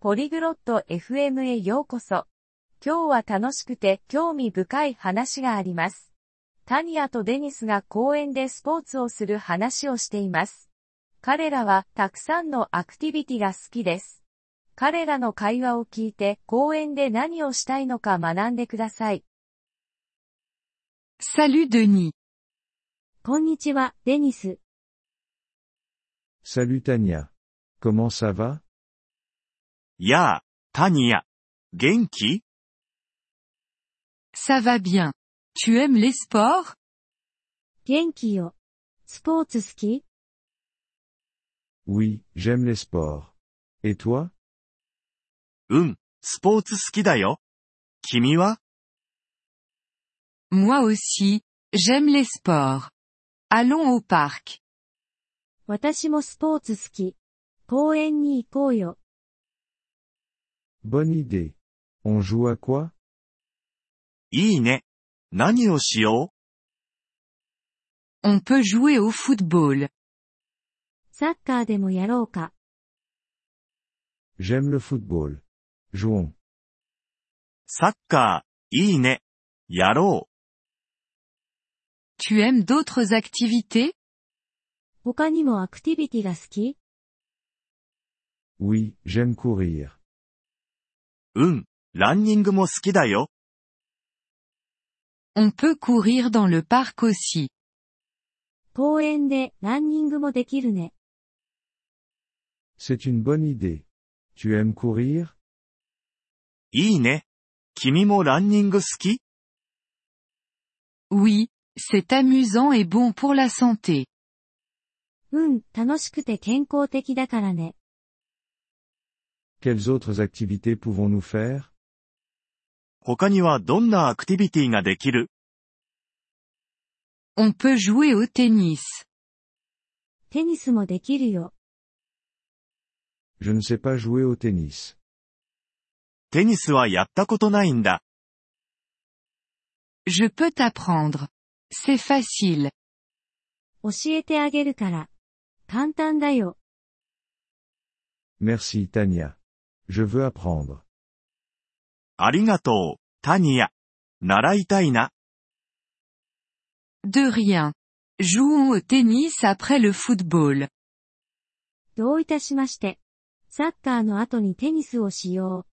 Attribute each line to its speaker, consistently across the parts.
Speaker 1: ポリグロット FM へようこそ。今日は楽しくて興味深い話があります。タニアとデニスが公園でスポーツをする話をしています。彼らはたくさんのアクティビティが好きです。彼らの会話を聞いて公園で何をしたいのか学んでください。
Speaker 2: Salut Denis.
Speaker 1: こんにちは、デニス。
Speaker 3: Salut Tania. Comment ça va
Speaker 4: やあ、タニア。元気
Speaker 2: Ça va bien. Tu aimes les sports
Speaker 1: 元気よ。スポーツ好き
Speaker 3: Oui, j'aime les sports. Et toi
Speaker 4: うん、スポーツ好きだよ。君は
Speaker 2: Moi aussi. J'aime les sports. Allons au parc.
Speaker 1: 私もスポーツ好き。公園に行こうよ。
Speaker 3: Bonne idée. On joue à quoi
Speaker 4: いいね。何をしよ
Speaker 2: On peut jouer au football.
Speaker 1: サッカーでもやろうか。
Speaker 3: J'aime le football. Jouons.
Speaker 4: うサッカー、いいね。やろ
Speaker 2: Tu aimes d'autres activités
Speaker 1: 他にもアクティビティが好き
Speaker 3: Oui, j'aime courir.
Speaker 4: う。うん、ランニングも好きだよ。
Speaker 2: On peut courir dans le parc aussi.
Speaker 1: 公園でランニングもできるね。
Speaker 3: C'est une bonne idée. Tu aimes courir
Speaker 4: いいね。君もランニング好き
Speaker 2: Oui, c'est amusant et bon pour la santé.
Speaker 1: うん、楽しくて健康的だからね。
Speaker 3: Quelles autres activités pouvons-nous faire
Speaker 4: 他にはどんなアクティビティができる
Speaker 2: On peut jouer au tennis.
Speaker 1: テニスもできるよ。
Speaker 3: Je ne sais pas jouer au tennis.
Speaker 4: テニスはやったことないんだ。
Speaker 2: Je peux t'apprendre. C'est facile.
Speaker 1: 教えてあげるから。簡単だよ。
Speaker 3: Merci Tania. Je veux apprendre.
Speaker 4: ありがとう、タニア。習いたいな。
Speaker 2: De rien. Jouons au tennis après le football.
Speaker 1: どういたしまして。サッカーの後にテニスをしよ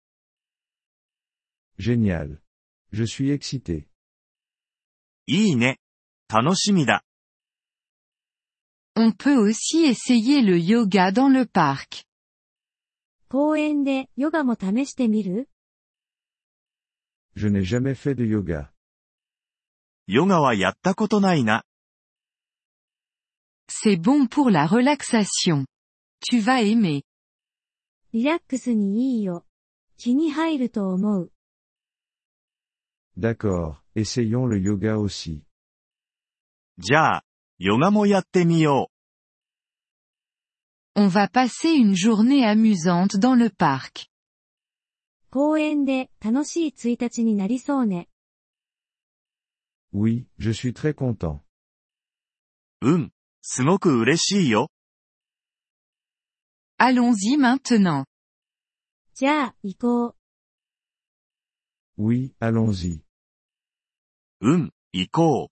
Speaker 3: Génial. Je suis excité.
Speaker 4: いいね。楽しみだ。
Speaker 2: On peut aussi essayer le yoga dans le parc.
Speaker 1: う。公園でヨガも試してみる
Speaker 3: Je n'ai jamais fait de yoga.
Speaker 4: ヨガはやったことないな。
Speaker 2: C'est bon pour la relaxation. Tu vas aimer.
Speaker 1: リラックスにいいよ。気に入ると思う。
Speaker 3: D'accord, essayons le yoga aussi.
Speaker 4: じゃあ、ヨガもやってみよう。
Speaker 2: On va passer une journée amusante dans le parc.
Speaker 1: 公園で楽しい1日になりそうね。
Speaker 3: Oui, je suis très content.
Speaker 4: うん。すごく嬉しいよ。
Speaker 2: Allons-y maintenant.
Speaker 1: じゃあ、行こう。
Speaker 3: Oui, allons-y.
Speaker 4: うん、行こ